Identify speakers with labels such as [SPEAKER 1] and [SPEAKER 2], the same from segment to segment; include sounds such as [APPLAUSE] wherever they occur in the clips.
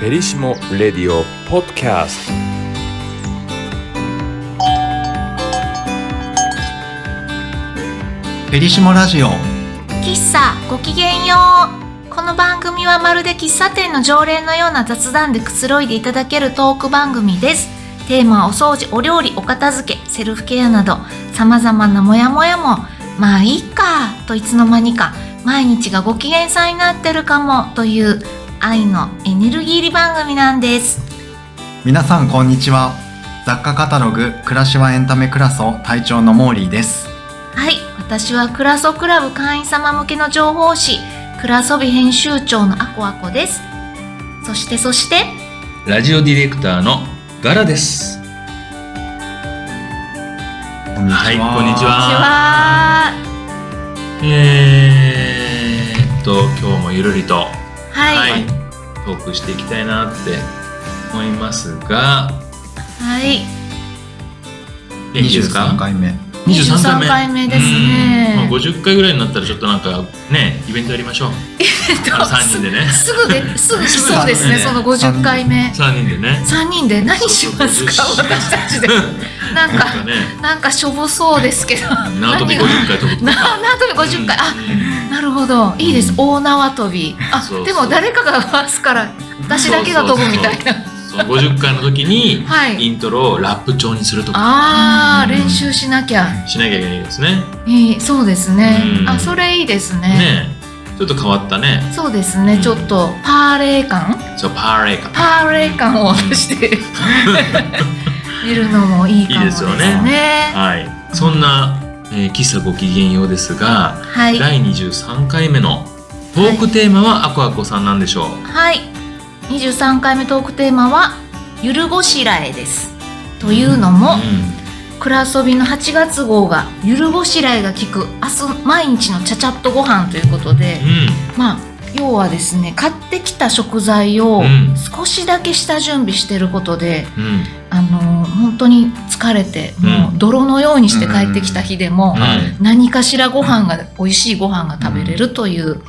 [SPEAKER 1] フェリシモ・レディオ・ポッドキャスト
[SPEAKER 2] フェリシモラジオ
[SPEAKER 3] 喫茶ごきげんようこの番組はまるで喫茶店の常連のような雑談でくつろいでいただけるトーク番組ですテーマはお掃除お料理お片付けセルフケアなどさまざまなモヤモヤもまあいいかといつの間にか毎日がご機嫌さんになってるかもという愛のエネルギー入り番組なんです
[SPEAKER 2] 皆さんこんにちは雑貨カタログ暮らしはエンタメクラスを隊長のモーリーです
[SPEAKER 3] はい私はクラソクラブ会員様向けの情報誌クラソビ編集長のアコアコですそしてそして
[SPEAKER 4] ラジオディレクターのガラです。
[SPEAKER 2] こんに
[SPEAKER 4] はいこん
[SPEAKER 3] こん
[SPEAKER 4] にち
[SPEAKER 3] にち
[SPEAKER 4] は
[SPEAKER 3] は
[SPEAKER 4] えー、っと今日もゆるりと
[SPEAKER 3] はい、はい、
[SPEAKER 4] トークしていきたいなって思いますが、元気です
[SPEAKER 2] 23
[SPEAKER 4] か？
[SPEAKER 2] 回目
[SPEAKER 3] 23回目ですね
[SPEAKER 4] うんまあ50回ぐらいになったらちょっとなんかねイベントや
[SPEAKER 3] [LAUGHS]
[SPEAKER 4] りましょう。あの3人でね。
[SPEAKER 3] すぐですぐ
[SPEAKER 4] すぐ
[SPEAKER 3] そうですね、
[SPEAKER 4] ね
[SPEAKER 3] その50回目
[SPEAKER 4] 3人でね。
[SPEAKER 3] 3人で何しますか
[SPEAKER 4] そうそう
[SPEAKER 3] 私た
[SPEAKER 4] [LAUGHS]
[SPEAKER 3] ちでなん
[SPEAKER 4] なん
[SPEAKER 3] か
[SPEAKER 4] かね
[SPEAKER 3] なんかしょぼそうですけど
[SPEAKER 4] 縄跳び
[SPEAKER 3] 何が
[SPEAKER 4] 50回飛ぶとか。
[SPEAKER 3] な縄跳び50回あ
[SPEAKER 4] うん
[SPEAKER 3] なるほどいいです、
[SPEAKER 2] うん
[SPEAKER 3] 大縄跳びあ
[SPEAKER 4] そうそう
[SPEAKER 3] でも誰かが回すから私だけが飛ぶみたいな
[SPEAKER 4] そう50回の時に
[SPEAKER 3] はい
[SPEAKER 4] イントロをラップ調にするとか
[SPEAKER 3] あー
[SPEAKER 2] うん
[SPEAKER 3] 練習しなきゃ
[SPEAKER 4] しなきゃいけないですね。
[SPEAKER 3] いいそうですね
[SPEAKER 4] うん
[SPEAKER 3] あそれいいですね
[SPEAKER 4] ねえちょっと変わったね。
[SPEAKER 3] そうですねちょっとパーレー感
[SPEAKER 4] そうパーレイか。
[SPEAKER 3] パーレー感を出して見るのもいいかもですね
[SPEAKER 4] いいですよはい。そんな、えー、喫茶ごきげんようですが、
[SPEAKER 3] はい
[SPEAKER 4] 第23回目のトークテーマはアコアコさんなんでしょう。
[SPEAKER 3] はい23回目トークテーマは「ゆるごしらえ」ですというのも「くらそび」の8月号が「ゆるごしらえが効く明日毎日のちゃちゃっとご飯ということで
[SPEAKER 4] うん。うん。
[SPEAKER 3] まあ要はですね買ってきた食材を
[SPEAKER 4] うん
[SPEAKER 3] 少しだけ下準備してることで、
[SPEAKER 4] うん。
[SPEAKER 3] あのー本当に疲れてもう泥のようにして帰ってきた日でも、
[SPEAKER 4] はい。
[SPEAKER 3] 何かしらご飯が、美味しいご飯が食べれるという、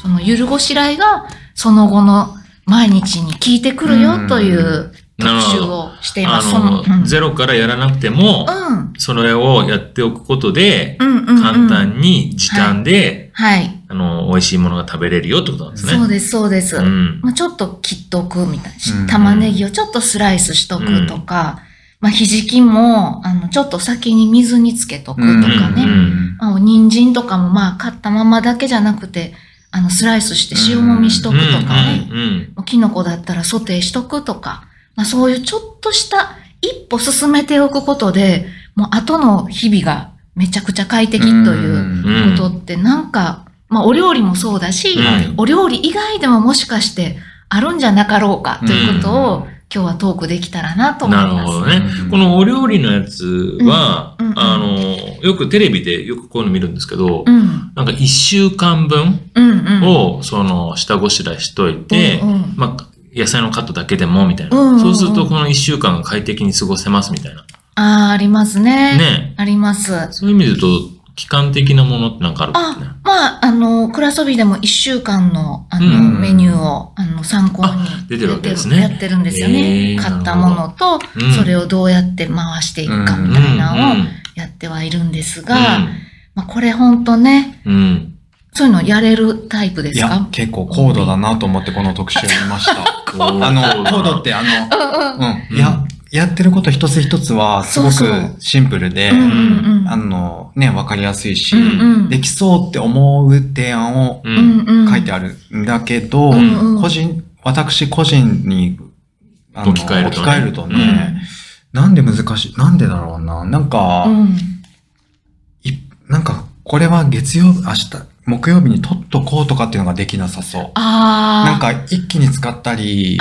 [SPEAKER 3] そのゆるごしらいが、その後の毎日に効いてくるよという特
[SPEAKER 4] なるほ
[SPEAKER 3] 集
[SPEAKER 4] ど。
[SPEAKER 3] をしていま
[SPEAKER 4] あ
[SPEAKER 3] す。
[SPEAKER 4] の、
[SPEAKER 3] そのうん
[SPEAKER 4] ゼロからやらなくても、
[SPEAKER 3] うん
[SPEAKER 4] それをやっておくことで、
[SPEAKER 3] うんうんうん
[SPEAKER 4] 簡単に時短で、
[SPEAKER 3] はい。
[SPEAKER 4] あの、美味しいものが食べれるよってことなんですね。
[SPEAKER 3] そうです、そうです。
[SPEAKER 4] うん。
[SPEAKER 3] まあ、ちょっと切っとくみたいなし
[SPEAKER 2] うんうん。
[SPEAKER 3] 玉ねぎをちょっとスライスしとくとか、まあ、ひじきも、あの、ちょっと先に水につけとくとか
[SPEAKER 4] うんうんうん
[SPEAKER 3] ね。まあ、お人参とかも、まあ、買ったままだけじゃなくて、あの、スライスして塩もみしとくとかね。
[SPEAKER 4] うんうん。
[SPEAKER 3] キノコだったらソテーしとくとか、まあ、そういうちょっとした一歩進めておくことで、もう後の日々がめちゃくちゃ快適という
[SPEAKER 2] うん
[SPEAKER 4] うん
[SPEAKER 3] ことってなんか、まあお料理もそうだし、
[SPEAKER 4] うん
[SPEAKER 3] お料理以外でももしかしてあるんじゃなかろうかということを今日はトークできたらなと思い
[SPEAKER 4] なる
[SPEAKER 3] ます。
[SPEAKER 4] ほどね
[SPEAKER 2] う。ん
[SPEAKER 4] このお料理のやつは、
[SPEAKER 3] うんうんうん
[SPEAKER 4] あの、よくテレビでよくこういうの見るんですけど、
[SPEAKER 3] うん。
[SPEAKER 4] なんか一週間分
[SPEAKER 3] うんうん。
[SPEAKER 4] を、その、下ごしらえしといて、
[SPEAKER 3] うんうん
[SPEAKER 4] まあ、野菜のカットだけでも、みたいな。
[SPEAKER 3] うんうんうん
[SPEAKER 4] そうすると、この一週間が快適に過ごせます、みたいな。
[SPEAKER 3] ああ、ありますね。
[SPEAKER 4] ね
[SPEAKER 3] あります。
[SPEAKER 4] そういう意味で言うと、期間的なものってなんかあるんですね
[SPEAKER 3] あ、まあ、あの、クラソビでも1週間の、あの、
[SPEAKER 2] うん
[SPEAKER 3] メニューを、あの、参考に
[SPEAKER 4] 出てるわけですね
[SPEAKER 3] やってるんですよ
[SPEAKER 4] へ
[SPEAKER 3] ね。
[SPEAKER 4] ー
[SPEAKER 3] 買ったものと、
[SPEAKER 4] どうん
[SPEAKER 3] それをどうやって回していくか
[SPEAKER 2] うん
[SPEAKER 3] みたいなのをやってはいるんですが、まあ、これほんとね、
[SPEAKER 4] うん。うん。
[SPEAKER 3] そういうのやれるタイプで
[SPEAKER 2] い
[SPEAKER 3] す
[SPEAKER 2] や
[SPEAKER 3] か
[SPEAKER 2] 結構高度だなと思ってこの特集を見ましたあの高度ってあのう
[SPEAKER 3] うん
[SPEAKER 2] んいややってること一つ一つはすご
[SPEAKER 3] そうそう
[SPEAKER 2] くシンプルで
[SPEAKER 3] うんうんうん。
[SPEAKER 2] あのねわかりやすいし、
[SPEAKER 4] うん
[SPEAKER 3] うん
[SPEAKER 2] できそうって思う提案を
[SPEAKER 4] う。
[SPEAKER 3] うんんうん。
[SPEAKER 2] 書いてあるんだけど、
[SPEAKER 3] うんうん
[SPEAKER 2] 個人、私個人にあの
[SPEAKER 4] 置き換えるとね
[SPEAKER 2] 置き換えるとね、なんで難しい、なんでだろうな、なんか、
[SPEAKER 3] うん。
[SPEAKER 2] いなんか、これは月曜日、明日、木曜日に取っとこうとかっていうのができなさそう。
[SPEAKER 3] ああ。
[SPEAKER 2] なん、か、一気に使った
[SPEAKER 3] [LAUGHS]
[SPEAKER 2] り、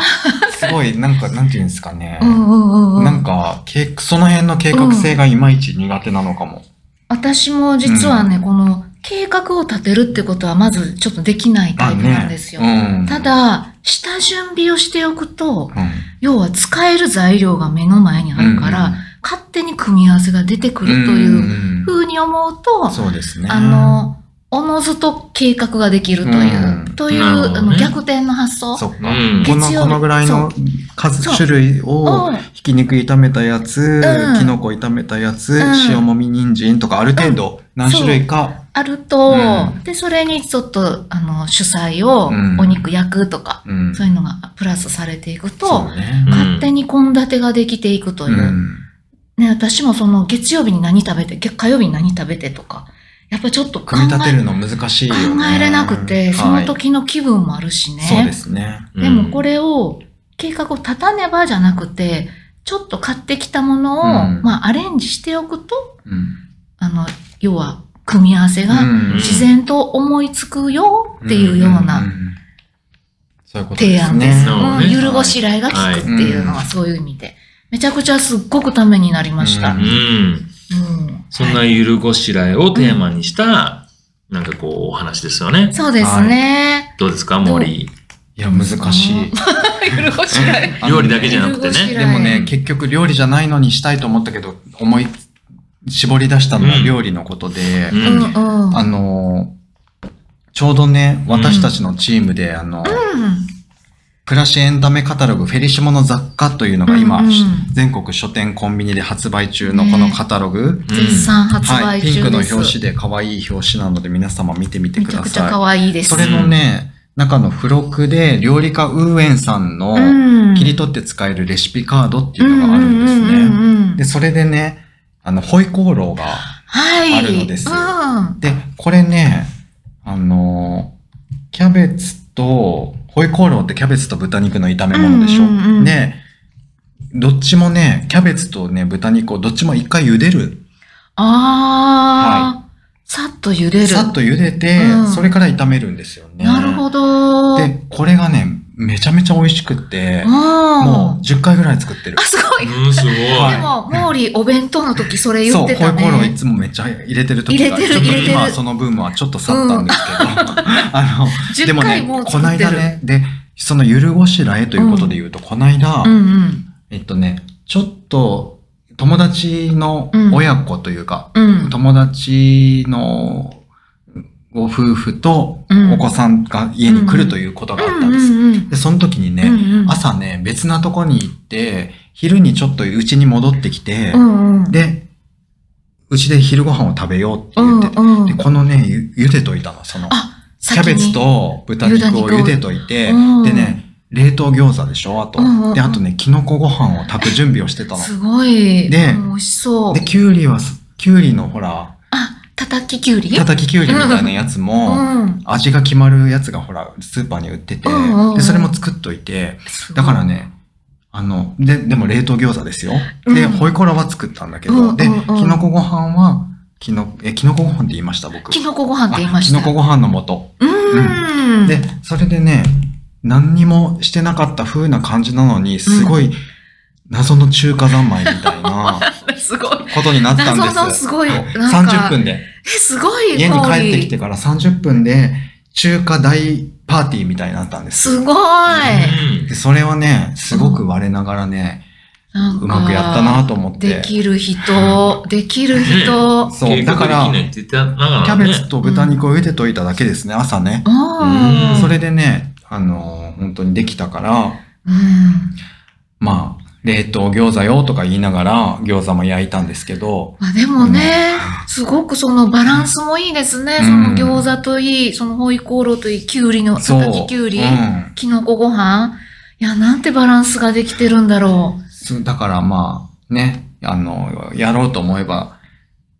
[SPEAKER 2] すごい、なんか、なんていうんですかね。
[SPEAKER 3] うんうんうん。
[SPEAKER 2] なんか、計その辺の計画性がいまいち苦手なのかも。
[SPEAKER 3] 私も実はね、この、計画を立てるってことはまずちょっとできないタイプなんですよ。
[SPEAKER 2] うん
[SPEAKER 3] た、だ、下準備をしておくと、
[SPEAKER 2] うん
[SPEAKER 3] 要は使える材料が目の前にあるから、
[SPEAKER 2] うん
[SPEAKER 3] 勝手に組み合わせが出てくると
[SPEAKER 2] うん
[SPEAKER 3] いう
[SPEAKER 2] うん
[SPEAKER 3] 風に思うと、
[SPEAKER 2] そうですね。
[SPEAKER 3] あの、おのずと計画ができるという、
[SPEAKER 2] うん
[SPEAKER 3] という、
[SPEAKER 4] なるほどね
[SPEAKER 3] あの逆転の発想
[SPEAKER 2] そっか、
[SPEAKER 4] うん
[SPEAKER 2] この
[SPEAKER 3] 月曜日
[SPEAKER 2] このぐらいの数
[SPEAKER 3] そう
[SPEAKER 2] 種類を
[SPEAKER 3] うん
[SPEAKER 2] ひき肉炒めたやつ、
[SPEAKER 3] ん
[SPEAKER 2] きのこ炒めたやつ、
[SPEAKER 3] うん
[SPEAKER 2] 塩もみ人参とかある程度何種類か、
[SPEAKER 3] あると、
[SPEAKER 2] うん
[SPEAKER 3] でそれにちょっとあの主菜を
[SPEAKER 2] うん
[SPEAKER 3] お肉焼くとか、
[SPEAKER 2] うん
[SPEAKER 3] そういうのがプラスされていく
[SPEAKER 2] そ
[SPEAKER 3] と、
[SPEAKER 2] うね
[SPEAKER 4] ん
[SPEAKER 3] 勝手に献立ができていくという、
[SPEAKER 2] うん
[SPEAKER 3] ね、私もその月曜日に何食べてげ火曜日に何食べてとかやっぱちょっと考
[SPEAKER 2] 組み立て
[SPEAKER 3] え
[SPEAKER 2] るの難しいよね
[SPEAKER 3] 考えれなくてその
[SPEAKER 2] はい
[SPEAKER 3] 時の気分もあるしね、
[SPEAKER 2] そうですね
[SPEAKER 3] でもこ
[SPEAKER 4] れ、
[SPEAKER 3] れを計画を立たねばじゃなくてちょっと買ってきたものを、
[SPEAKER 2] うん
[SPEAKER 3] まあ、アレンジしておくと
[SPEAKER 2] うん
[SPEAKER 3] あの要は組み合わせが
[SPEAKER 2] うん
[SPEAKER 3] 自然と思いつくよっていうよう
[SPEAKER 2] うんん
[SPEAKER 3] なん
[SPEAKER 2] そういうこと
[SPEAKER 3] 提
[SPEAKER 2] です
[SPEAKER 3] 案
[SPEAKER 2] ね
[SPEAKER 3] です。
[SPEAKER 4] なるほど
[SPEAKER 3] う
[SPEAKER 4] ね
[SPEAKER 3] んゆるごしらえが効くっていうの
[SPEAKER 2] は
[SPEAKER 3] はいそういう意味で。めちゃくちゃすっごくためになりました。
[SPEAKER 2] う
[SPEAKER 3] う
[SPEAKER 4] うん、
[SPEAKER 3] ん
[SPEAKER 4] そん
[SPEAKER 3] は
[SPEAKER 4] なゆるごしらえをテーマにした、なんかこうお話ですよね
[SPEAKER 3] い。そうですね。
[SPEAKER 4] どうですか、森。
[SPEAKER 2] いや難しい
[SPEAKER 3] ゆるごしらえ。
[SPEAKER 2] あのね
[SPEAKER 4] 料理だけじゃなくて
[SPEAKER 3] ゆ
[SPEAKER 4] ね。
[SPEAKER 3] る
[SPEAKER 2] でも
[SPEAKER 3] は
[SPEAKER 2] ね
[SPEAKER 4] い
[SPEAKER 2] 結局料理じゃないのにしたいと思ったけど思い絞り出したのは料理のことで、
[SPEAKER 4] う。
[SPEAKER 3] うんんう
[SPEAKER 2] [LAUGHS]
[SPEAKER 3] ん。
[SPEAKER 2] あのちょうどね私たちのチームで、あの
[SPEAKER 3] うん
[SPEAKER 2] 暮らしエンタメカタログフェリシモの雑貨というのが今、
[SPEAKER 3] うんうん
[SPEAKER 2] 全国書店コンビニで発売中のこのカタログ、
[SPEAKER 3] 絶賛発
[SPEAKER 2] は
[SPEAKER 3] 売
[SPEAKER 2] い、ピン
[SPEAKER 3] 中
[SPEAKER 2] クの
[SPEAKER 3] です。
[SPEAKER 2] 表紙で可愛い表紙なので皆様見てみて
[SPEAKER 3] め
[SPEAKER 2] く
[SPEAKER 3] ちゃ
[SPEAKER 2] だ
[SPEAKER 3] くちゃ
[SPEAKER 2] さ
[SPEAKER 3] 可愛いで
[SPEAKER 2] い。
[SPEAKER 3] す。
[SPEAKER 2] それのね、中の付録で料理家ウーエンさんの
[SPEAKER 3] うん
[SPEAKER 2] 切り取って使えるレシピカードっていうのがあるんですね。
[SPEAKER 3] うんうんうんうん
[SPEAKER 2] で、それでね、あの、ホイコーローが。
[SPEAKER 3] はい。
[SPEAKER 2] あるのです
[SPEAKER 3] う
[SPEAKER 2] よ
[SPEAKER 3] ん。は
[SPEAKER 2] で、これね、あのー、キャベツと、ホイコーローってキャベツと豚肉の炒め物でしょ、
[SPEAKER 3] うんうんうん
[SPEAKER 2] で、どっちもね、キャベツとね、豚肉をどっちも一回茹でる。
[SPEAKER 3] あー。さっと茹でる。
[SPEAKER 2] さっと茹でて、
[SPEAKER 3] うん
[SPEAKER 2] それから炒めるんですよね。
[SPEAKER 3] なるほど。
[SPEAKER 2] で、これがね、めちゃめちゃ美味しくって
[SPEAKER 3] うん、
[SPEAKER 2] もう10回ぐらい作ってる
[SPEAKER 3] あ、。すごい。
[SPEAKER 4] うん、すごい。
[SPEAKER 2] はい
[SPEAKER 3] でも、モーリーお弁当の時それ言
[SPEAKER 2] そう、
[SPEAKER 3] っ
[SPEAKER 2] ホイ
[SPEAKER 3] て
[SPEAKER 2] コ
[SPEAKER 3] た
[SPEAKER 2] ーローい
[SPEAKER 3] ね。
[SPEAKER 2] つもめっちゃ入れてる時が
[SPEAKER 3] 入れて
[SPEAKER 2] ち
[SPEAKER 3] る
[SPEAKER 2] ょっと
[SPEAKER 3] 入れてる
[SPEAKER 2] 今そのブームはちょっと去ったんですけど、あの、で
[SPEAKER 3] 10
[SPEAKER 2] も
[SPEAKER 3] 回
[SPEAKER 2] ね
[SPEAKER 3] も、う
[SPEAKER 2] こ
[SPEAKER 3] 作
[SPEAKER 2] な
[SPEAKER 3] っ
[SPEAKER 2] い
[SPEAKER 3] て
[SPEAKER 2] だ
[SPEAKER 3] る。
[SPEAKER 2] ね、で、そのゆるごしらえということで言うと、こないだ
[SPEAKER 3] う、んうん。
[SPEAKER 2] えっとね、ちょっと友達の親子というか、
[SPEAKER 3] うん。
[SPEAKER 2] 友達のご夫婦と
[SPEAKER 3] うん
[SPEAKER 2] お子さんが家に来るということがあったんです。
[SPEAKER 3] うんうん
[SPEAKER 2] で、その時に
[SPEAKER 3] うん
[SPEAKER 2] ね、
[SPEAKER 3] うん、
[SPEAKER 2] 朝ね、別なとこに行って、昼にちょっと家に戻ってきて
[SPEAKER 3] う、んうん、
[SPEAKER 2] で、うちで昼ご飯を食べようって
[SPEAKER 3] うん
[SPEAKER 2] 言っ
[SPEAKER 3] う
[SPEAKER 2] てて、
[SPEAKER 3] ん、
[SPEAKER 2] で、このね、ゆ茹でといたの、その。
[SPEAKER 3] あ、
[SPEAKER 2] キャベツと豚肉を茹でといて、
[SPEAKER 3] 豚肉をうん
[SPEAKER 2] でね、冷凍餃子でしょあと、
[SPEAKER 3] うんうんうん
[SPEAKER 2] で、あとね、キノコご飯を炊く準備をしてた
[SPEAKER 3] 先に
[SPEAKER 2] の。
[SPEAKER 3] すごい。
[SPEAKER 2] で
[SPEAKER 3] うん美味しそう。
[SPEAKER 2] で、きゅうりはす、きゅうりのほら、
[SPEAKER 3] あ、叩ききゅうり
[SPEAKER 2] 叩ききゅうりみたいなやつ
[SPEAKER 3] う
[SPEAKER 2] も、
[SPEAKER 3] ん。
[SPEAKER 2] 味が決まるやつがほら、スーパーに売ってて、
[SPEAKER 3] うんうんうん
[SPEAKER 2] で、それも作っといて、
[SPEAKER 3] すごい
[SPEAKER 2] だから、ね、あの、で、でも冷凍餃子ですよ。で、
[SPEAKER 3] うん
[SPEAKER 2] ホイコロは作ったんだけど、
[SPEAKER 3] うんうんうん
[SPEAKER 2] で、キノコご飯は、きの、え、キノコご飯って言いました、僕。
[SPEAKER 3] きのこご飯って言いました。
[SPEAKER 2] あキノコご飯の素。
[SPEAKER 3] うん。
[SPEAKER 2] で、それでね、何にもしてなかった風な感じなのに、すごい謎の中華三昧みたい
[SPEAKER 3] [LAUGHS]
[SPEAKER 2] な
[SPEAKER 3] すごい。
[SPEAKER 2] ことになったんです。
[SPEAKER 3] 謎のすごい
[SPEAKER 2] はい
[SPEAKER 3] なんか
[SPEAKER 2] 30分で。
[SPEAKER 3] え、すごい。
[SPEAKER 2] 家に帰ってき
[SPEAKER 3] 香り。
[SPEAKER 2] てから30分で中華大パーティーみたいになったんです。
[SPEAKER 3] すごい。
[SPEAKER 2] でそれはね、すごく我ながらね、
[SPEAKER 3] なんか
[SPEAKER 2] うまくやったなと思って
[SPEAKER 3] できる人、できる人。
[SPEAKER 4] うん。
[SPEAKER 2] そう、だから、キ
[SPEAKER 4] キャ
[SPEAKER 2] ャベツと豚肉を茹でといただけですね、朝ね。
[SPEAKER 3] うん。
[SPEAKER 2] それでね、あのー本当にできたから、
[SPEAKER 3] うん。
[SPEAKER 2] まあ、冷凍餃子よとか言いながら餃子も焼いたんですけど、
[SPEAKER 3] まあでもね、すごくそのバランスもいいですね。その
[SPEAKER 2] うん
[SPEAKER 3] 餃子といい、そのホイコーローといい、きゅうりの、叩ききゅうり、
[SPEAKER 2] ん
[SPEAKER 3] きのこご飯。いや、なんてバランスができてるんだろ
[SPEAKER 2] そうだからまあ、ね、あの、やろうと思えば、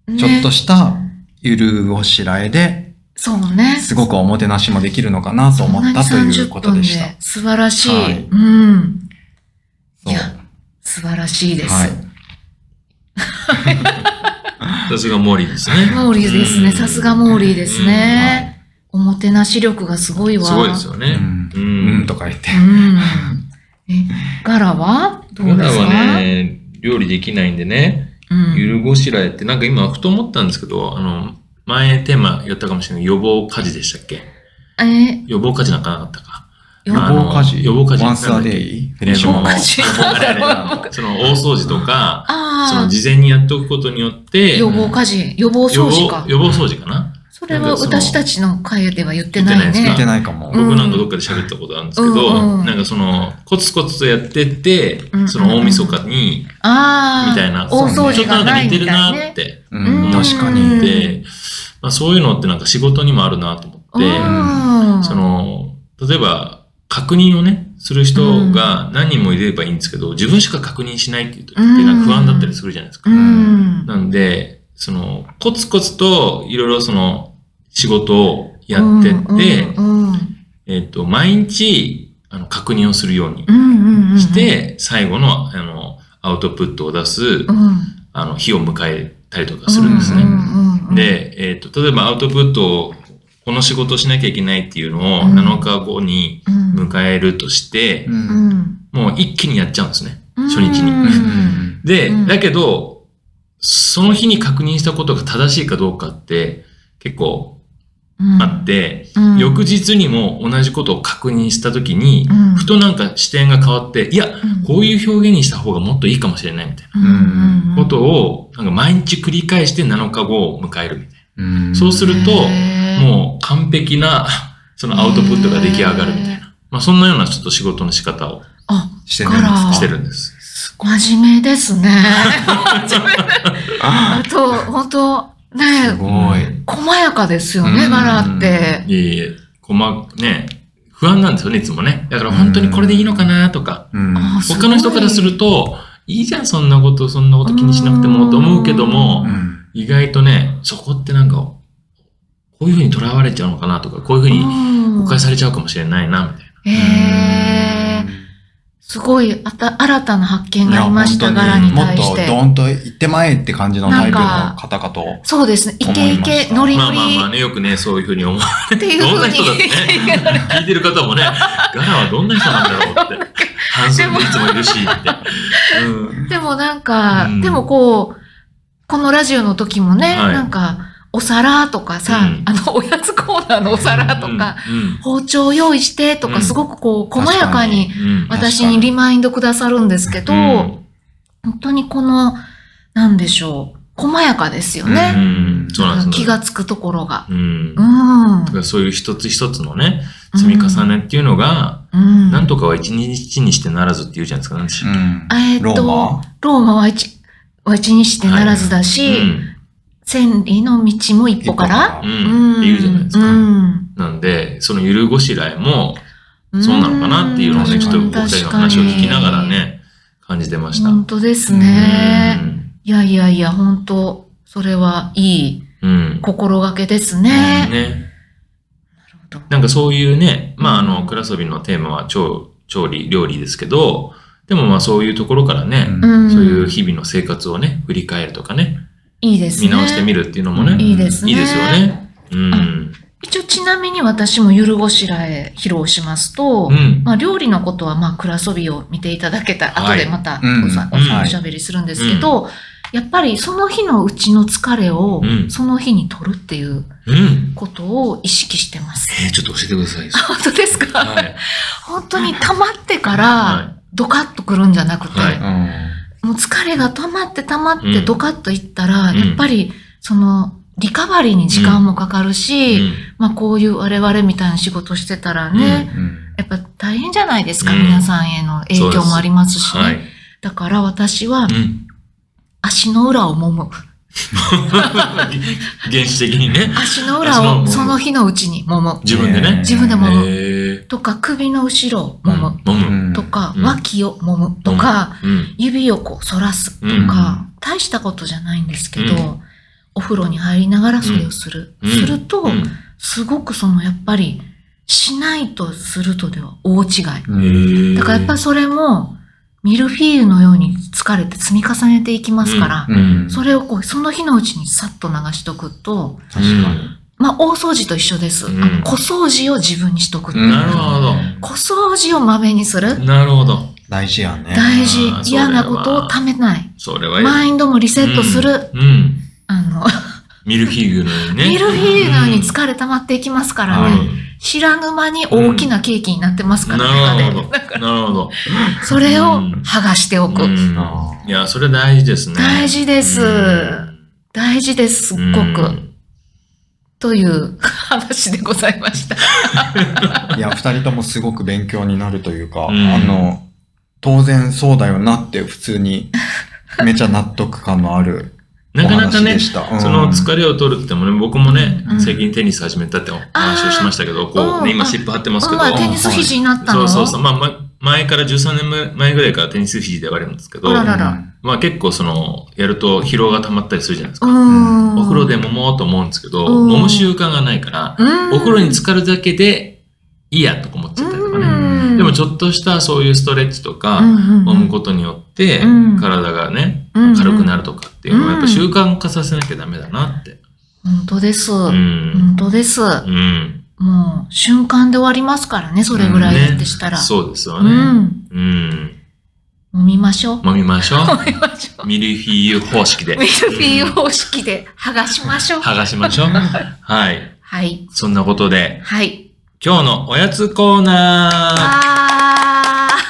[SPEAKER 3] う。ね
[SPEAKER 2] ちょっとしたゆるおしらえで、
[SPEAKER 3] そうね。
[SPEAKER 2] すごくおもてなしもできるのかなと思ったと
[SPEAKER 3] そんなに
[SPEAKER 2] いうことでし
[SPEAKER 3] 30分
[SPEAKER 2] た。
[SPEAKER 3] 素晴らしい。
[SPEAKER 2] はい
[SPEAKER 3] うん。
[SPEAKER 2] そ
[SPEAKER 3] いや素晴らしいです。
[SPEAKER 2] はい。
[SPEAKER 4] さすがモーリーですね。
[SPEAKER 3] モーリーですね。
[SPEAKER 4] うん
[SPEAKER 3] さすがモーリーですね。おもてなし力がすごいわ。
[SPEAKER 4] すごいですよね。
[SPEAKER 2] う、
[SPEAKER 4] うん
[SPEAKER 2] うんん。とか言って。
[SPEAKER 3] うん。え、ガラはどう
[SPEAKER 4] 僕
[SPEAKER 3] で
[SPEAKER 4] ら
[SPEAKER 3] すか
[SPEAKER 4] は、ね、料理できないんでね、
[SPEAKER 3] うん、
[SPEAKER 4] ゆるごしらえって、なんか今、ふと思ったんですけど、あの、前テーマやったかもしれない予防火事でしたっけ
[SPEAKER 3] え、
[SPEAKER 4] 予防火事なんかなかったか。
[SPEAKER 3] 予
[SPEAKER 2] 予
[SPEAKER 4] あの
[SPEAKER 2] 防家事。
[SPEAKER 4] 予防家事
[SPEAKER 2] ワンスアデイフェリシモ
[SPEAKER 3] 防
[SPEAKER 2] の
[SPEAKER 3] 家事
[SPEAKER 4] あれあれその大掃除とか、そ
[SPEAKER 3] あ
[SPEAKER 4] の
[SPEAKER 3] あ、
[SPEAKER 4] 事前にやっておくことによって、
[SPEAKER 3] 予防家事、予防
[SPEAKER 4] 予
[SPEAKER 3] 掃除
[SPEAKER 4] 防
[SPEAKER 3] か。
[SPEAKER 4] 予防掃除かな、
[SPEAKER 3] それは私たちの会では言ってな
[SPEAKER 4] 言
[SPEAKER 3] い
[SPEAKER 4] ってない
[SPEAKER 2] 見
[SPEAKER 4] です
[SPEAKER 2] て
[SPEAKER 3] ね。
[SPEAKER 2] ないかも。
[SPEAKER 4] 僕なんかどっかで喋ったことあるんですけど、
[SPEAKER 3] うんうん
[SPEAKER 4] なんかその、コツコツとやってって
[SPEAKER 3] うんうんう、ん
[SPEAKER 4] その大晦日に、
[SPEAKER 3] ああ。
[SPEAKER 4] みたいな、
[SPEAKER 3] 大
[SPEAKER 4] ちょ
[SPEAKER 3] 掃
[SPEAKER 4] っと
[SPEAKER 3] 除
[SPEAKER 4] な
[SPEAKER 3] が
[SPEAKER 4] んか
[SPEAKER 3] ない
[SPEAKER 4] 似て
[SPEAKER 3] み
[SPEAKER 4] る
[SPEAKER 3] たい
[SPEAKER 4] なっ
[SPEAKER 3] ね。
[SPEAKER 4] て。
[SPEAKER 2] う
[SPEAKER 3] うん
[SPEAKER 2] ん、確かに。
[SPEAKER 4] で、まあそういうのってなんか仕事にもあるなと思って、
[SPEAKER 3] うん
[SPEAKER 4] そ、の、例えば、確認をね、する人が何人もいればいいんですけど、自分しか確認しないっていうと、
[SPEAKER 3] うん
[SPEAKER 4] なんか不安だったりするじゃないですか。
[SPEAKER 3] うん。
[SPEAKER 4] なんで、その、コツコツといろいろその、仕事をやってって、
[SPEAKER 3] うんうん
[SPEAKER 4] えっ、と、毎日、あの、確認をするように
[SPEAKER 3] うんうんうん、
[SPEAKER 4] して、最後の、あの、アウトプットを出す、
[SPEAKER 3] うん、
[SPEAKER 4] あの、日を迎えたりとかするんですね。
[SPEAKER 3] うんうんうん、
[SPEAKER 4] で、えっ、と、例えばアウトプットを、この仕事をしなきゃいけないっていうのを
[SPEAKER 3] うん
[SPEAKER 4] 7日後に
[SPEAKER 3] うん、
[SPEAKER 4] 迎えるとして
[SPEAKER 2] う、ん
[SPEAKER 3] う。ん、
[SPEAKER 4] もう一気にやっちゃうんですね。初日に
[SPEAKER 2] うん
[SPEAKER 3] に。
[SPEAKER 4] で、
[SPEAKER 3] うん
[SPEAKER 4] だけど、その日に確認したことが正しいかどうかって結構あって、
[SPEAKER 3] うん、
[SPEAKER 4] 翌日にも同じことを確認したときに、
[SPEAKER 3] うん
[SPEAKER 4] ふとなんか視点が変わって、いや、
[SPEAKER 3] うん
[SPEAKER 4] こういう表現にした方がもっといいかもしれないみたい
[SPEAKER 3] うんうん
[SPEAKER 4] なことを、なんか毎日繰り返して7日後を迎えるみたいな。
[SPEAKER 2] うん
[SPEAKER 4] そうすると
[SPEAKER 3] へー
[SPEAKER 4] もう完璧な、 [LAUGHS] そのアウトプットが出来上がるみたいな。まあ、そんなようなちょっと仕事の仕方を
[SPEAKER 3] あ、
[SPEAKER 2] してないんですか
[SPEAKER 4] してるんです。
[SPEAKER 3] 真面目ですね。
[SPEAKER 2] あ
[SPEAKER 3] あと、本当
[SPEAKER 2] す
[SPEAKER 3] ね、
[SPEAKER 2] ごい。
[SPEAKER 3] 細やかですよね、
[SPEAKER 4] うん
[SPEAKER 3] 柄って。
[SPEAKER 4] いえいえ、こま、ね、不安なんですよね、いつもね。だから本当にこれでいいのかなとか、
[SPEAKER 2] うん。
[SPEAKER 3] あすごい
[SPEAKER 4] 他の人からすると、いいじゃん、そんなこと、そんなこと気にしなくてもと思うけども
[SPEAKER 2] う、ん
[SPEAKER 4] 意外とね、そこってなんか、こういうふうに囚われちゃうのかなとか、こういうふうに誤解されちゃうかもしれないな、みたいな。
[SPEAKER 3] うんへーすごいあた新たな発見がありました、
[SPEAKER 2] いや
[SPEAKER 3] 柄
[SPEAKER 2] 本
[SPEAKER 3] に
[SPEAKER 2] 当もっ
[SPEAKER 3] 対し
[SPEAKER 2] と
[SPEAKER 3] て。
[SPEAKER 2] ドンと行ってまえって感じのタイプの
[SPEAKER 3] なん
[SPEAKER 2] 方かと。
[SPEAKER 3] そうですね。イ
[SPEAKER 2] 思
[SPEAKER 3] ケイ
[SPEAKER 2] いま
[SPEAKER 3] ケ
[SPEAKER 2] し、た
[SPEAKER 3] ノリ
[SPEAKER 4] ま
[SPEAKER 3] ノ
[SPEAKER 4] あ
[SPEAKER 3] リ
[SPEAKER 4] まあまあね、よくね、そういうふうに思う
[SPEAKER 3] っていう
[SPEAKER 4] どん
[SPEAKER 3] ふう
[SPEAKER 4] な
[SPEAKER 3] に
[SPEAKER 4] 人だってね。聞いてる
[SPEAKER 3] [LAUGHS]
[SPEAKER 4] 方もね、ガラはどんな人なんだろうって。半袖でいつもいるし、って。うん。
[SPEAKER 3] でもなんか、
[SPEAKER 4] うん
[SPEAKER 3] でもこう、このラジオの時もね、
[SPEAKER 4] はい
[SPEAKER 3] なんか、お皿とかさ、
[SPEAKER 4] うん
[SPEAKER 3] あの、おやつコーナー [LAUGHS] のお皿とか、
[SPEAKER 4] うん。
[SPEAKER 3] 包丁用意してとか、
[SPEAKER 4] うん
[SPEAKER 3] すごくこう、細やかに
[SPEAKER 4] うん。うん。
[SPEAKER 2] かに
[SPEAKER 3] 私にリマインドくださるんですけど、
[SPEAKER 4] うん
[SPEAKER 3] 本当にこの、なんでしょう、細やかですよ
[SPEAKER 4] う
[SPEAKER 3] ね。
[SPEAKER 4] ん。そうなんです
[SPEAKER 3] 気。がつくところが。
[SPEAKER 4] うん。
[SPEAKER 3] う
[SPEAKER 4] だ
[SPEAKER 3] ん。
[SPEAKER 4] からそういう一つ一つのね、積み重ねっていうのが、
[SPEAKER 3] うん。
[SPEAKER 4] なんとかは一日にしてならずって言うじゃないですか。なんでしょう
[SPEAKER 2] うん
[SPEAKER 3] えーっと、
[SPEAKER 2] ロー
[SPEAKER 3] ローマ
[SPEAKER 2] マ
[SPEAKER 3] は一、は一にしてならずだし、千里の道も一歩から
[SPEAKER 4] うん。
[SPEAKER 3] う
[SPEAKER 4] うん。って言うじゃないですか。
[SPEAKER 3] うん
[SPEAKER 4] なんで、そのゆるごしらえも、そうなのかなっていうのをね、ちょっと僕たちの話を聞きながら。ね、感じてま
[SPEAKER 3] うん
[SPEAKER 4] した。
[SPEAKER 3] 本当ですね。いやいやいや、本当それはいい
[SPEAKER 4] うん。うん。
[SPEAKER 3] 心がけですね。
[SPEAKER 4] ね。
[SPEAKER 3] なるほど
[SPEAKER 4] なんかそういうね、まああ
[SPEAKER 3] うん
[SPEAKER 4] の、クラソビのテーマは調調理、料理ですけど、でもまあそういうところからね、
[SPEAKER 3] うん
[SPEAKER 4] そういう日々の生活をね、振り返るとかね、
[SPEAKER 3] いいですね。
[SPEAKER 4] 見直してみるっていうのもね、
[SPEAKER 3] いいですね。
[SPEAKER 4] いいですよ。ね。うん。
[SPEAKER 3] 一応ちなみに私もゆるごしらえ披露しますと、
[SPEAKER 4] うん。
[SPEAKER 3] まあ料理のことはまあクラソビを見ていただけた後
[SPEAKER 4] はい
[SPEAKER 3] でまた
[SPEAKER 2] うん
[SPEAKER 3] おさ
[SPEAKER 4] うん
[SPEAKER 3] おしゃべりするんですけど、やっぱりその日のうちの疲れを
[SPEAKER 4] うん
[SPEAKER 3] その日に取るっていう
[SPEAKER 4] うん。
[SPEAKER 3] ことを意識してます。
[SPEAKER 4] えー、ちょっと教えてください。
[SPEAKER 3] 本当ですか、
[SPEAKER 4] [LAUGHS] はい。
[SPEAKER 3] 本当に溜まってか
[SPEAKER 4] は
[SPEAKER 3] ら、ドカッとくるんじゃなくて、
[SPEAKER 4] はい
[SPEAKER 3] もう疲れが溜まって溜まっ
[SPEAKER 4] う
[SPEAKER 3] て
[SPEAKER 4] ん
[SPEAKER 3] ドカッといったら、
[SPEAKER 4] うん
[SPEAKER 3] やっぱり、その、リカバリーに時間もかかるし、まあこういう我々みたいな仕事してたらね、
[SPEAKER 2] うん
[SPEAKER 3] やっぱ大変じゃないですか、
[SPEAKER 4] うん
[SPEAKER 3] 皆さんへの影響もありますしね。
[SPEAKER 4] はい。
[SPEAKER 3] だから私は
[SPEAKER 4] うん。 [LAUGHS]
[SPEAKER 3] 足の裏を揉む。
[SPEAKER 4] 原始的にね、
[SPEAKER 3] 足の裏を
[SPEAKER 4] 足の裏を揉む
[SPEAKER 3] その日のうちに揉む。
[SPEAKER 4] 自分でね。
[SPEAKER 3] 自分で揉む。
[SPEAKER 4] え
[SPEAKER 3] とか首の後ろを
[SPEAKER 4] ー。
[SPEAKER 3] 揉む。
[SPEAKER 4] 飲む。
[SPEAKER 2] うん
[SPEAKER 3] とか、
[SPEAKER 4] うん
[SPEAKER 3] 脇を揉む。とか、
[SPEAKER 4] うん。
[SPEAKER 3] 指をこう反らすとか、大したことじゃないんですけど、
[SPEAKER 4] う
[SPEAKER 3] お風呂に入りながらそれをする。
[SPEAKER 4] うん
[SPEAKER 3] すると、
[SPEAKER 4] うん
[SPEAKER 3] すごくそのやっぱり、しないとするとでは大違い。
[SPEAKER 4] だ
[SPEAKER 3] だからやっぱそれも、ミルフィーユのように疲れて積み重ねていきますから、
[SPEAKER 2] うん
[SPEAKER 3] それをこう、その日のうちにさっと流しとくと、
[SPEAKER 2] 確かに。
[SPEAKER 3] まあ、大掃除と一緒です。
[SPEAKER 4] うん
[SPEAKER 3] あの小掃除を自分にしとくっていうう。
[SPEAKER 2] ん
[SPEAKER 4] なるほど
[SPEAKER 3] 小掃除をまめにする。
[SPEAKER 4] なるほど。
[SPEAKER 2] 大事やね。
[SPEAKER 3] 大事
[SPEAKER 4] あー。
[SPEAKER 3] 嫌なことをためない。
[SPEAKER 4] それはいい。
[SPEAKER 3] マインドもリセットする。
[SPEAKER 4] うん。うん
[SPEAKER 3] あの、
[SPEAKER 4] ミルフィーユのようにね。
[SPEAKER 3] ミルフィーユのように疲れ溜まっていきますからね、
[SPEAKER 4] う
[SPEAKER 3] 知らぬ間に大きなケーキになってますか
[SPEAKER 4] ん
[SPEAKER 3] ら
[SPEAKER 4] な
[SPEAKER 3] ね、
[SPEAKER 4] るほど。なるほど。
[SPEAKER 3] 中でそれを剥がしておく。
[SPEAKER 4] うん
[SPEAKER 2] あー
[SPEAKER 4] いや、それ大事ですね。
[SPEAKER 3] 大事です
[SPEAKER 4] うん
[SPEAKER 3] 大事です、すっご
[SPEAKER 4] う
[SPEAKER 3] く。
[SPEAKER 4] ん
[SPEAKER 3] という [LAUGHS] 話でございました。
[SPEAKER 2] いや、二人ともすごく勉強になるというか、
[SPEAKER 4] うん
[SPEAKER 2] あの、当然そうだよなって普通に、めちゃ納得感のあるお
[SPEAKER 4] なかなか
[SPEAKER 2] 話
[SPEAKER 4] ね
[SPEAKER 2] で、した。
[SPEAKER 4] その疲れを取るって言ってもね、僕もね
[SPEAKER 3] う、ん
[SPEAKER 4] 最近テニス始めたってお話をしましたけど、こう、ね、
[SPEAKER 3] うん
[SPEAKER 4] 今シップ張ってますけど、
[SPEAKER 3] まあ、テニス肘になった
[SPEAKER 4] そ
[SPEAKER 3] の
[SPEAKER 4] うそうそう、まあま、前から13年前ぐらいからテニス肘ではあるんですけど、
[SPEAKER 3] あらら
[SPEAKER 4] まあ結構その、やると疲労が溜まったりするじゃないです
[SPEAKER 3] う
[SPEAKER 4] か。
[SPEAKER 3] ん。
[SPEAKER 4] お風呂で揉もうと思うんですけど、
[SPEAKER 3] うん
[SPEAKER 4] 揉む習慣がないから、
[SPEAKER 3] うん、
[SPEAKER 4] お風呂に浸かるだけでいいやとか思っちゃったりとかね。
[SPEAKER 3] うん
[SPEAKER 4] でもちょっとしたそういうストレッチとか、
[SPEAKER 3] うん
[SPEAKER 4] 揉むことによって
[SPEAKER 3] うん、
[SPEAKER 4] 体がね、
[SPEAKER 3] うん
[SPEAKER 4] 軽くなるとかっていうのはやっぱ習慣化させなきゃダメだなって。
[SPEAKER 3] 本当です。
[SPEAKER 4] う
[SPEAKER 3] 本。
[SPEAKER 4] ん
[SPEAKER 3] 当です。
[SPEAKER 4] うん。
[SPEAKER 3] もう瞬間で終わりますからね、それぐらいだってしたら。
[SPEAKER 4] ねそうですよ
[SPEAKER 3] う
[SPEAKER 4] ね。
[SPEAKER 3] ん。
[SPEAKER 4] うん。
[SPEAKER 3] 揉みましょう。
[SPEAKER 4] 揉みまし
[SPEAKER 3] [LAUGHS]
[SPEAKER 4] ょう。
[SPEAKER 3] 揉みましょう。
[SPEAKER 4] ミルフィーユ方
[SPEAKER 3] [LAUGHS]
[SPEAKER 4] 式で。
[SPEAKER 3] ミルフィーユ
[SPEAKER 4] うん
[SPEAKER 3] 方式で剥がしましょう。
[SPEAKER 4] 剥がしましょう。はい。
[SPEAKER 3] はい。
[SPEAKER 4] そんなことで、
[SPEAKER 3] はい。
[SPEAKER 4] 今日のおやつコーナー。
[SPEAKER 3] あ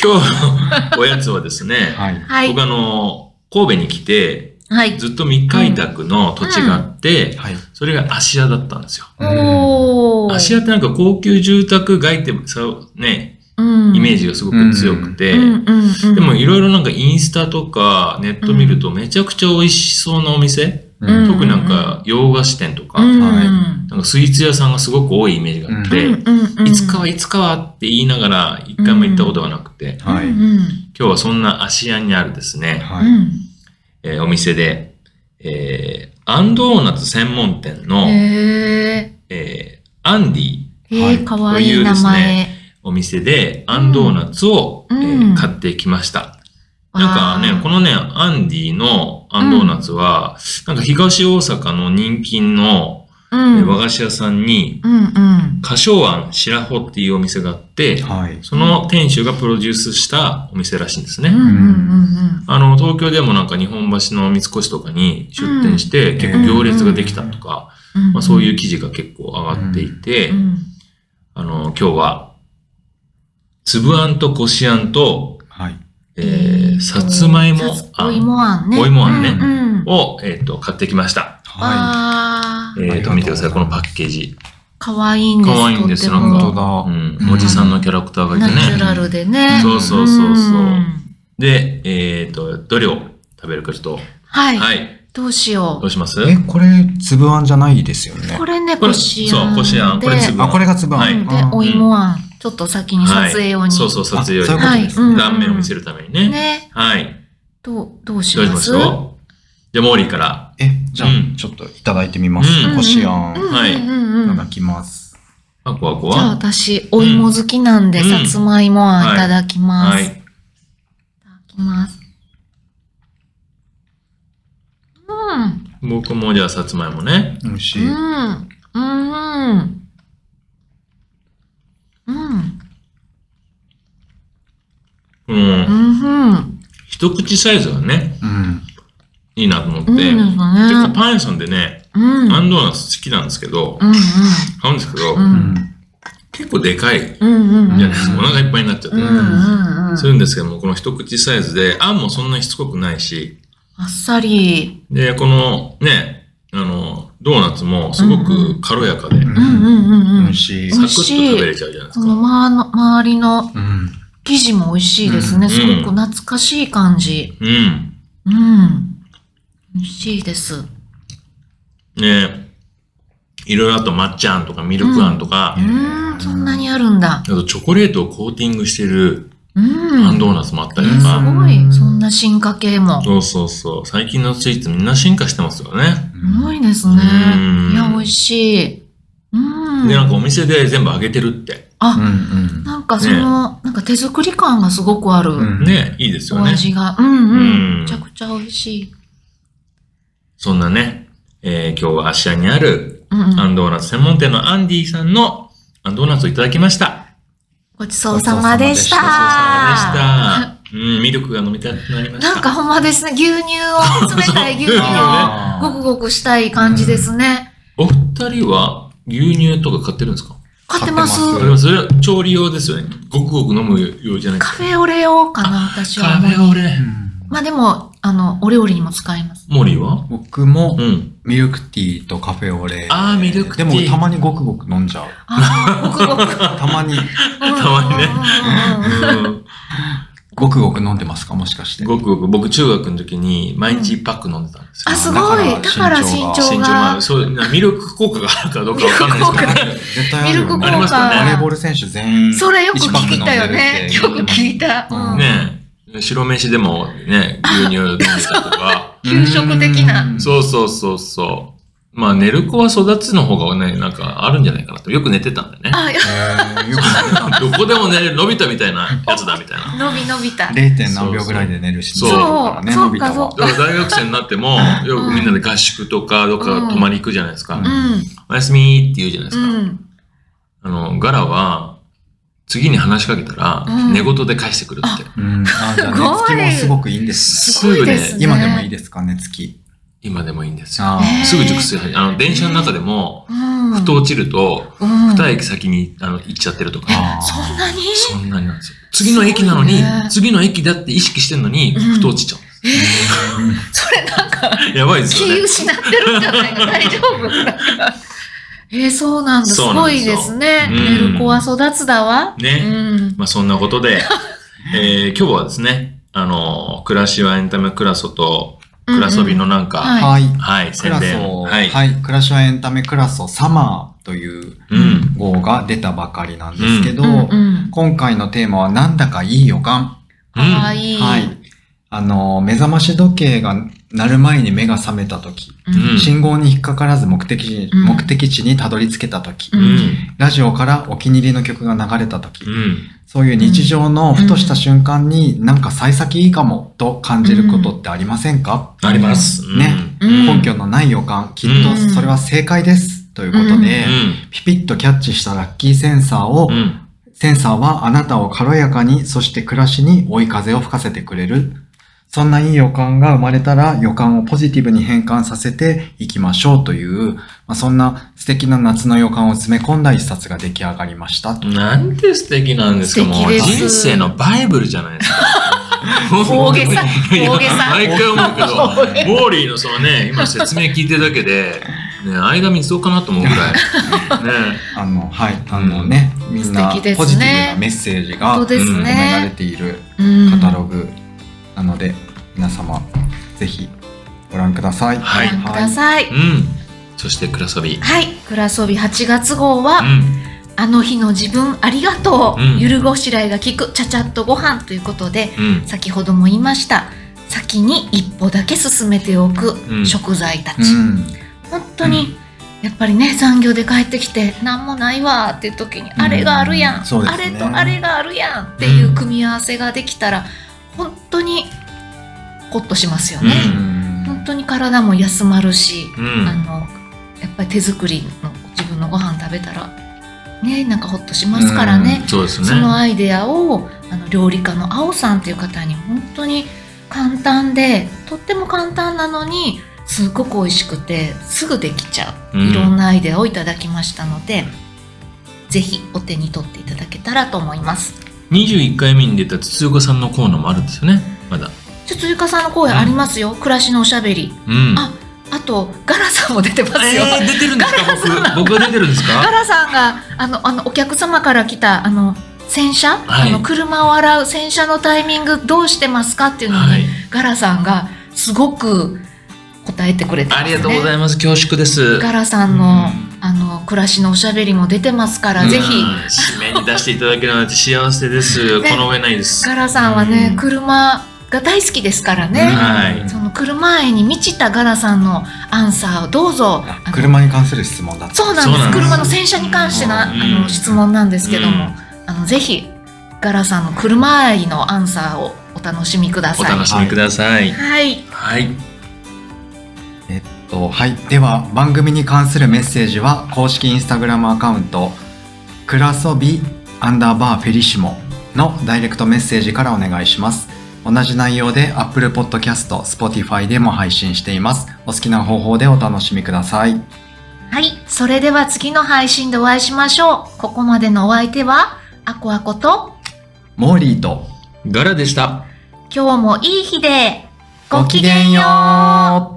[SPEAKER 4] 今日のおやつはですね、
[SPEAKER 2] はい。
[SPEAKER 3] ー。 [LAUGHS] はい
[SPEAKER 4] 僕。あの、神戸に来て、
[SPEAKER 3] はい。
[SPEAKER 4] ずっと未開拓の土地があって、
[SPEAKER 2] はい。
[SPEAKER 4] それが芦屋だったんですよ。
[SPEAKER 3] お
[SPEAKER 4] 芦屋ってなんか高級住宅街ってさ、ね、イ
[SPEAKER 3] イ
[SPEAKER 4] メージがすごく強くて、で
[SPEAKER 3] で
[SPEAKER 4] もいろいろなんかインスタとかネット見るとめちゃくちゃ美味しそうなお店、
[SPEAKER 2] うん
[SPEAKER 3] うん
[SPEAKER 4] 特になんか洋菓子店とか、
[SPEAKER 2] はい
[SPEAKER 4] なんかスイーツ屋さんがすごく多いイメージがあって、いつかはいつかはって言いながら一回も行ったことがなくて、
[SPEAKER 2] は
[SPEAKER 3] う
[SPEAKER 2] い。
[SPEAKER 3] ん
[SPEAKER 4] 今日はそんな芦屋にあるですね、
[SPEAKER 3] う
[SPEAKER 2] は
[SPEAKER 3] ん
[SPEAKER 2] い。
[SPEAKER 4] えーお店で、えーアンドーナツ専門店
[SPEAKER 3] うん
[SPEAKER 4] の、
[SPEAKER 3] へ
[SPEAKER 4] えーアンディ
[SPEAKER 3] え、へ
[SPEAKER 2] は
[SPEAKER 3] え、
[SPEAKER 2] い
[SPEAKER 3] かわいい名
[SPEAKER 4] というです
[SPEAKER 3] 前。
[SPEAKER 4] お店でアンドーナツを、
[SPEAKER 3] うん
[SPEAKER 4] えー
[SPEAKER 3] うん
[SPEAKER 4] 買ってきました。なんか
[SPEAKER 3] あ
[SPEAKER 4] ね
[SPEAKER 3] ー、
[SPEAKER 4] このね、アンディのアンドーナツは、なんか東大阪の人気の、
[SPEAKER 3] う
[SPEAKER 4] えー
[SPEAKER 3] ん
[SPEAKER 4] 和菓子屋さんに、
[SPEAKER 3] うんうん。
[SPEAKER 4] 花椒庵白穂っていうお店があって、
[SPEAKER 2] はい。
[SPEAKER 4] その店主がプロデュースしたお店らしいんですね。
[SPEAKER 3] うんうんうん
[SPEAKER 4] あの、東京でもなんか日本橋の三越とかに出店して、結構行列ができたとか、
[SPEAKER 3] うん。
[SPEAKER 4] まあ、そういう記事が結構上がっていて、
[SPEAKER 3] うん
[SPEAKER 4] あの、今日は、粒あんとこしあんと、
[SPEAKER 2] はい。
[SPEAKER 4] えー、さつまいもあ
[SPEAKER 3] お
[SPEAKER 4] ん
[SPEAKER 3] 芋あんね。
[SPEAKER 4] お芋あんね
[SPEAKER 3] うんうん。
[SPEAKER 4] を、えっ、と、買ってきました。
[SPEAKER 2] は
[SPEAKER 3] あー
[SPEAKER 4] えっ、と、見てください、このパッケージ。
[SPEAKER 3] かわいいんです。
[SPEAKER 4] かわいいんです
[SPEAKER 3] とても
[SPEAKER 4] なんか
[SPEAKER 2] い。
[SPEAKER 4] う
[SPEAKER 2] 本
[SPEAKER 4] ん
[SPEAKER 2] う、ん
[SPEAKER 4] おじさんのキャラクターがいて
[SPEAKER 3] ナチュ
[SPEAKER 4] ね。
[SPEAKER 3] ラルでね。
[SPEAKER 4] そうそうそうそうんで、えっ、と、どれを食べるかちょっと、
[SPEAKER 3] はい。
[SPEAKER 4] はい、
[SPEAKER 3] どうしよ
[SPEAKER 4] どうします
[SPEAKER 2] 当だ。え、これ、粒あんじゃないですよ
[SPEAKER 3] う。
[SPEAKER 2] ね
[SPEAKER 3] こ。れね、
[SPEAKER 4] こ
[SPEAKER 3] こ
[SPEAKER 4] れ
[SPEAKER 3] しあんで。
[SPEAKER 4] そうこしあんこれ粒
[SPEAKER 2] あ、これが粒あん。
[SPEAKER 4] は
[SPEAKER 3] う
[SPEAKER 4] い
[SPEAKER 3] んで
[SPEAKER 2] あ、ー
[SPEAKER 3] お芋あん。ちょっと先に撮影用に。
[SPEAKER 4] そうそう、撮影用
[SPEAKER 2] あ
[SPEAKER 4] に。
[SPEAKER 2] そういうことです
[SPEAKER 3] はいうん
[SPEAKER 4] 断面を見せるためにね。
[SPEAKER 3] ね。
[SPEAKER 4] はい。
[SPEAKER 3] どう、どうし
[SPEAKER 4] どうし
[SPEAKER 3] ま
[SPEAKER 4] ますしょうじゃあ、モーリーから。
[SPEAKER 2] え、じゃ
[SPEAKER 4] うん
[SPEAKER 2] あ、ちょっといただいてみます
[SPEAKER 4] う。ん
[SPEAKER 2] こしあん。
[SPEAKER 3] うん
[SPEAKER 2] い
[SPEAKER 4] はい
[SPEAKER 3] うんうんうん
[SPEAKER 2] ただきます。
[SPEAKER 4] あ、こわこ
[SPEAKER 3] じゃあ
[SPEAKER 4] わ。
[SPEAKER 3] 私、お芋好きなんで、
[SPEAKER 4] うん
[SPEAKER 3] さつまいもあんいただきます。
[SPEAKER 4] はい
[SPEAKER 3] い、。ただきます。うん。
[SPEAKER 4] 僕もじゃあ、さつまいもね。
[SPEAKER 2] 美味しい。
[SPEAKER 3] うん。うん。うん。
[SPEAKER 4] うん。
[SPEAKER 3] うん。うん。
[SPEAKER 4] 一口サイズがね、
[SPEAKER 2] うん。
[SPEAKER 4] いいなと思って。
[SPEAKER 3] いいですね。
[SPEAKER 4] 結構パン屋さんでね、
[SPEAKER 3] うん。
[SPEAKER 4] アンドーナツ好きなんですけど、
[SPEAKER 3] うん
[SPEAKER 4] 買うんですけど、
[SPEAKER 3] うん。う。
[SPEAKER 2] うんん。
[SPEAKER 4] 結構でかいじ
[SPEAKER 3] うんうんうん。
[SPEAKER 4] ゃないですか。お腹いっぱいになっちゃって
[SPEAKER 3] うんう
[SPEAKER 4] ね、
[SPEAKER 3] んうん
[SPEAKER 4] す。るんですけども、この一口サイズで、あんもそんなにしつこくないし、
[SPEAKER 3] あっさり。
[SPEAKER 4] で、このね、あの、ドーナツもすごく軽やかで、
[SPEAKER 2] うん
[SPEAKER 3] うんうんうんう
[SPEAKER 2] 美
[SPEAKER 3] ん
[SPEAKER 2] 味。しい
[SPEAKER 4] サ。
[SPEAKER 3] ん
[SPEAKER 4] クッと食べれちゃうじゃないです
[SPEAKER 3] こ
[SPEAKER 4] か。
[SPEAKER 3] のまの周りの
[SPEAKER 2] うん。
[SPEAKER 3] 生地も美味しいですね。
[SPEAKER 4] うん
[SPEAKER 3] すごく懐かしい感じ。
[SPEAKER 4] うん。
[SPEAKER 3] うん。美味しいです。
[SPEAKER 4] ねいろいろあと抹茶あんとかミルクあんとか
[SPEAKER 3] う、ーん、そんなにあるんだ。
[SPEAKER 4] あとチョコレートをコーティングしてる
[SPEAKER 3] うん。
[SPEAKER 4] アンドーナツもあったりと
[SPEAKER 3] す
[SPEAKER 4] か、
[SPEAKER 3] ごい。そんな進化系も。す
[SPEAKER 4] そうそうそう。最近のスイーツみんな進化してますよね。
[SPEAKER 3] ごいですね
[SPEAKER 4] う。ん
[SPEAKER 3] いや、美味しい。うん。
[SPEAKER 4] で、なんかお店で全部揚げてるって。
[SPEAKER 2] うん
[SPEAKER 3] あ、
[SPEAKER 2] うん。
[SPEAKER 3] なんかその、なんか手作り感がすごくある。
[SPEAKER 2] うん
[SPEAKER 4] ね、いいですよ
[SPEAKER 3] お
[SPEAKER 4] ね。
[SPEAKER 3] 味が。うんうん。
[SPEAKER 4] うん
[SPEAKER 3] めちゃくちゃ美味しい。
[SPEAKER 4] そんなね、えー今日は芦屋にある
[SPEAKER 3] うんう
[SPEAKER 4] ア
[SPEAKER 3] ん。
[SPEAKER 4] ンドーナツ専門店のアンディさんのアンドーナツをいただきました。
[SPEAKER 3] ごちそうさまでした。
[SPEAKER 2] ごち
[SPEAKER 4] ごちそうさまでした。うん、ミルクが飲みたくなりました。
[SPEAKER 3] なんかほんまですね。牛乳を、冷たい牛
[SPEAKER 4] [LAUGHS]
[SPEAKER 3] 乳を。
[SPEAKER 2] あ
[SPEAKER 3] ご
[SPEAKER 2] ー
[SPEAKER 3] くごくしたい感じですね。
[SPEAKER 4] お二人は牛乳とか買ってるんですか
[SPEAKER 3] 買ってます。
[SPEAKER 2] 買って
[SPEAKER 4] あでもそれは調理用ですよね。ごくごく飲む用じゃないで
[SPEAKER 3] カ
[SPEAKER 4] すか。
[SPEAKER 3] フェオレをかな、私は
[SPEAKER 4] カフェオレ。
[SPEAKER 2] うん
[SPEAKER 3] まあでも、あの、お料理にも使えます。
[SPEAKER 4] モリーは
[SPEAKER 2] 僕も
[SPEAKER 4] うん。
[SPEAKER 2] ミルクティーとカフェオレ。
[SPEAKER 4] あーミルクティー
[SPEAKER 2] でもたまにごくごく飲んじゃう。
[SPEAKER 3] ああ、ご
[SPEAKER 4] [LAUGHS]
[SPEAKER 3] くごく。た
[SPEAKER 2] たまに
[SPEAKER 4] まにねうん
[SPEAKER 2] ごくごく飲んでますかもしかして。
[SPEAKER 4] ごくごく、僕中学の時に毎日一パック飲んでたんですよ。
[SPEAKER 3] あ、すごい。だ
[SPEAKER 2] だ
[SPEAKER 3] か
[SPEAKER 2] からら
[SPEAKER 3] 身
[SPEAKER 2] 身長が
[SPEAKER 3] 長
[SPEAKER 4] 身長
[SPEAKER 3] が
[SPEAKER 4] も。そう、なミルク効果があるかどうかわかんないですけど
[SPEAKER 3] ミルク効果。
[SPEAKER 2] 絶対ある
[SPEAKER 3] ミル
[SPEAKER 2] よ
[SPEAKER 3] ク効
[SPEAKER 2] ね。
[SPEAKER 3] 果
[SPEAKER 4] ありますよね
[SPEAKER 2] バレーボール選手全員。
[SPEAKER 3] それよく聞いたよね。よく聞いた。
[SPEAKER 2] うん
[SPEAKER 3] うん
[SPEAKER 4] ねえ白飯でもね、牛乳飲んでたりと
[SPEAKER 3] [LAUGHS]
[SPEAKER 4] か。
[SPEAKER 3] 給食的な。
[SPEAKER 2] うん
[SPEAKER 4] そうそうそうそう。まあ寝る子は育つの方がね、なんかあるんじゃないかなと。よく寝てたんだよね。
[SPEAKER 3] あ、よ
[SPEAKER 2] へーよく寝てたんだ
[SPEAKER 4] どこでも寝れる、伸びたみたいなやつだみたいな。
[SPEAKER 3] 伸び伸びた。
[SPEAKER 2] 0. 点何秒ぐらいで寝るし、
[SPEAKER 4] そう
[SPEAKER 2] だね、
[SPEAKER 3] そう
[SPEAKER 2] 伸びた
[SPEAKER 3] そう
[SPEAKER 2] わ
[SPEAKER 3] か。
[SPEAKER 4] だから大学生になっても、よくみんなで合宿とか、どっか泊まり行くじゃないですか
[SPEAKER 2] う
[SPEAKER 3] う。ん。
[SPEAKER 4] おやすみって言うじゃないで
[SPEAKER 3] う
[SPEAKER 4] すか。
[SPEAKER 3] ん。
[SPEAKER 4] あの、ガラは、次に話しかけたら
[SPEAKER 3] う、ん
[SPEAKER 4] 寝言で返してくるって。
[SPEAKER 2] うん。あ、じゃあ
[SPEAKER 3] [LAUGHS] すごい
[SPEAKER 2] 寝つきもすごくいいんですね。
[SPEAKER 4] す
[SPEAKER 3] ごい
[SPEAKER 4] ぐ
[SPEAKER 3] で
[SPEAKER 4] ね、
[SPEAKER 3] すね
[SPEAKER 2] 今でもいいですか、寝つき。
[SPEAKER 4] 今でもいいんですよ。
[SPEAKER 2] あ
[SPEAKER 3] ね
[SPEAKER 4] すぐ熟睡始めあの、電車の中でも、
[SPEAKER 3] うん。
[SPEAKER 4] ふと落ちると、
[SPEAKER 3] うん、
[SPEAKER 4] 二駅先にあの行っちゃってるとか、
[SPEAKER 2] あ
[SPEAKER 3] そんなに
[SPEAKER 4] そんなになんですよ。次の駅なのに、
[SPEAKER 3] すごいね
[SPEAKER 4] 次の駅だって意識してんのに、
[SPEAKER 3] うん
[SPEAKER 4] ふと落ちちゃう。
[SPEAKER 3] それなんか、
[SPEAKER 4] やばいですよ
[SPEAKER 3] 気
[SPEAKER 4] ね。
[SPEAKER 3] 失ってるんじゃないの大丈夫
[SPEAKER 4] [LAUGHS]
[SPEAKER 3] なんかえー、そうなんだ。す
[SPEAKER 4] そうなん
[SPEAKER 3] ご
[SPEAKER 4] で
[SPEAKER 3] い
[SPEAKER 4] すよ
[SPEAKER 3] ですね。
[SPEAKER 4] うん
[SPEAKER 3] 寝る子は育つだわ。
[SPEAKER 4] ね
[SPEAKER 3] うん。
[SPEAKER 4] まあそんなこ
[SPEAKER 3] [LAUGHS]
[SPEAKER 4] とで、えー今日はですね、あのー、暮らしはエンタメクラソと、暮らそびのなんか、
[SPEAKER 3] うんうん
[SPEAKER 2] あ。はい。
[SPEAKER 4] はい、
[SPEAKER 2] ク
[SPEAKER 4] 宣
[SPEAKER 2] ラ
[SPEAKER 4] 伝。
[SPEAKER 2] ソ、
[SPEAKER 4] はい。
[SPEAKER 2] はい。クラシはエンタメクラソサマーという
[SPEAKER 4] うん。
[SPEAKER 2] 号が出たばかりなんですけど、
[SPEAKER 3] うんうん。
[SPEAKER 2] 今回のテーマはなんだかいい予感。
[SPEAKER 3] かわいい。
[SPEAKER 2] はい。あの、目覚まし時計が鳴る前に目が覚めた時、
[SPEAKER 3] うん
[SPEAKER 2] 信号に引っかからず目的地,、
[SPEAKER 3] うん
[SPEAKER 2] 目的地にたどり着けた時、
[SPEAKER 3] う
[SPEAKER 4] うんん。
[SPEAKER 2] ラジオからお気に入りの曲が流れた時、
[SPEAKER 4] うん。
[SPEAKER 2] そういう日常のふとした瞬間になんか幸先いいかもと感じることってありませんか、
[SPEAKER 4] あります。うん
[SPEAKER 2] ね
[SPEAKER 4] うん
[SPEAKER 3] うん
[SPEAKER 2] 根拠のない予感、きっとそれは正解です。ということで、ピピッとキャッチしたラッキーセンサーを、
[SPEAKER 4] うん。うん。
[SPEAKER 2] センサーはあなたを軽やかに、そして暮らしに追い風を吹かせてくれる。そんないい予感が生まれたら予感をポジティブに変換させていきましょうという、まあ、そんな素敵な夏の予感を詰め込んだ一冊が出来上がりましたと。
[SPEAKER 4] なんて素敵なんですか、
[SPEAKER 3] 素敵
[SPEAKER 4] もう
[SPEAKER 3] です
[SPEAKER 4] 人生のバイブルじゃないですか。
[SPEAKER 3] 大げ
[SPEAKER 4] [LAUGHS]
[SPEAKER 3] さ
[SPEAKER 4] いや
[SPEAKER 3] 大げさ
[SPEAKER 4] 毎回思うけ
[SPEAKER 3] 大げ
[SPEAKER 4] ど、モーリーのそのね、今説明聞いてるだけで、ね、間見そうかなと思うぐらい。ね、
[SPEAKER 2] あの、はい、あのね、みんな
[SPEAKER 3] 素
[SPEAKER 2] ポ
[SPEAKER 3] 敵
[SPEAKER 2] ジ
[SPEAKER 3] で
[SPEAKER 2] ティ
[SPEAKER 3] すね
[SPEAKER 2] ブなメッセージが
[SPEAKER 3] 本当
[SPEAKER 2] 込
[SPEAKER 3] です
[SPEAKER 2] められ
[SPEAKER 3] ね。
[SPEAKER 2] ている
[SPEAKER 3] うん
[SPEAKER 2] カタログなので、皆様、ぜひご覧ください。
[SPEAKER 4] は
[SPEAKER 3] ご
[SPEAKER 4] い
[SPEAKER 3] 覧ください。
[SPEAKER 4] うん。そして、くらそび。
[SPEAKER 3] はい。くらそび8月号は、
[SPEAKER 4] うん。
[SPEAKER 3] あの日の自分ありがとう、
[SPEAKER 4] うん
[SPEAKER 3] ゆるごしらえが効くちゃちゃっとご飯ということで
[SPEAKER 4] うん。
[SPEAKER 3] 先ほども言いました先に一歩だけ進めておく
[SPEAKER 4] うん
[SPEAKER 3] 食材た
[SPEAKER 2] う
[SPEAKER 3] ち、
[SPEAKER 2] ん、
[SPEAKER 3] 本当に、やっぱりね残業で帰ってきて何もないわーっていう時に
[SPEAKER 2] ん
[SPEAKER 3] あれがあるやん、
[SPEAKER 2] そうで
[SPEAKER 3] あ
[SPEAKER 2] すね
[SPEAKER 3] れとあれがあるやんっていう組み合わせができたら本当にホッとしますよね、
[SPEAKER 4] うん
[SPEAKER 3] 本当に体も休まるし、
[SPEAKER 4] うん
[SPEAKER 3] あのやっぱり手作りの自分のご飯食べたらねなんかほっとしますからね、
[SPEAKER 4] そうですね
[SPEAKER 3] そ。のアイデアをあの料理家の青さんという方に本当に簡単でとっても簡単なのにすごく美味しくてすぐできちゃう、
[SPEAKER 4] うん
[SPEAKER 3] いろんなアイデアをいただきましたのでぜひお手に取っていただけたらと思います
[SPEAKER 4] 21回目に出た筒岡さんのコーナーもあるんですよね。まだ。
[SPEAKER 3] ちょっとゆかさんの声ありますよ、暮らしのおしゃべり
[SPEAKER 4] うん。
[SPEAKER 3] ああとガラさんも出てますよ、
[SPEAKER 4] えー、出てるんですか僕。僕が出てるんです
[SPEAKER 3] ガ
[SPEAKER 4] か
[SPEAKER 3] ラさんがあのあのお客様から来たあの洗車、
[SPEAKER 4] はい
[SPEAKER 3] あの車を洗う洗車のタイミングどうしてますかっていうのに、
[SPEAKER 4] はい。
[SPEAKER 3] ガラさんがすごく答えてくれてます
[SPEAKER 4] あ
[SPEAKER 3] ね
[SPEAKER 4] りがとうございます。恐縮です。
[SPEAKER 3] ガラさんの,、あの暮らしのおしゃべりも出てますから、ぜひ
[SPEAKER 4] うん締めに出していただけるなんて幸せです。
[SPEAKER 3] ね
[SPEAKER 4] この上ないです。
[SPEAKER 3] ガラさんはね、
[SPEAKER 2] うん
[SPEAKER 3] 車が大好きですからね、
[SPEAKER 4] はい
[SPEAKER 3] その車愛に満ちたガラさんのアンサーをどうぞ
[SPEAKER 2] あ
[SPEAKER 3] あの
[SPEAKER 2] 車に関する質問だった。
[SPEAKER 3] そうなんで
[SPEAKER 4] そう
[SPEAKER 3] す
[SPEAKER 4] なんです
[SPEAKER 3] 車の洗車に関してな、
[SPEAKER 4] うん
[SPEAKER 3] あの質問なんですけども、
[SPEAKER 4] うん
[SPEAKER 3] あのぜひガラさんの車愛のアンサーをお楽しみくだ
[SPEAKER 4] お
[SPEAKER 3] さい。
[SPEAKER 4] 楽しみください。
[SPEAKER 3] はい、
[SPEAKER 4] はい。
[SPEAKER 2] えっと、はい。では、番組に関するメッセージは、公式インスタグラムアカウント、クラソビアンダーバーフェリシモのダイレクトメッセージからお願いします。同じ内容で Apple Podcast、Spotify でも配信しています。お好きな方法でお楽しみください。
[SPEAKER 3] はい、それでは次の配信でお会いしましょう。ここまでのお相手はアコアコと
[SPEAKER 2] モーリーと
[SPEAKER 4] ガラでした。
[SPEAKER 3] 今日もいい日で
[SPEAKER 2] ごきげんよう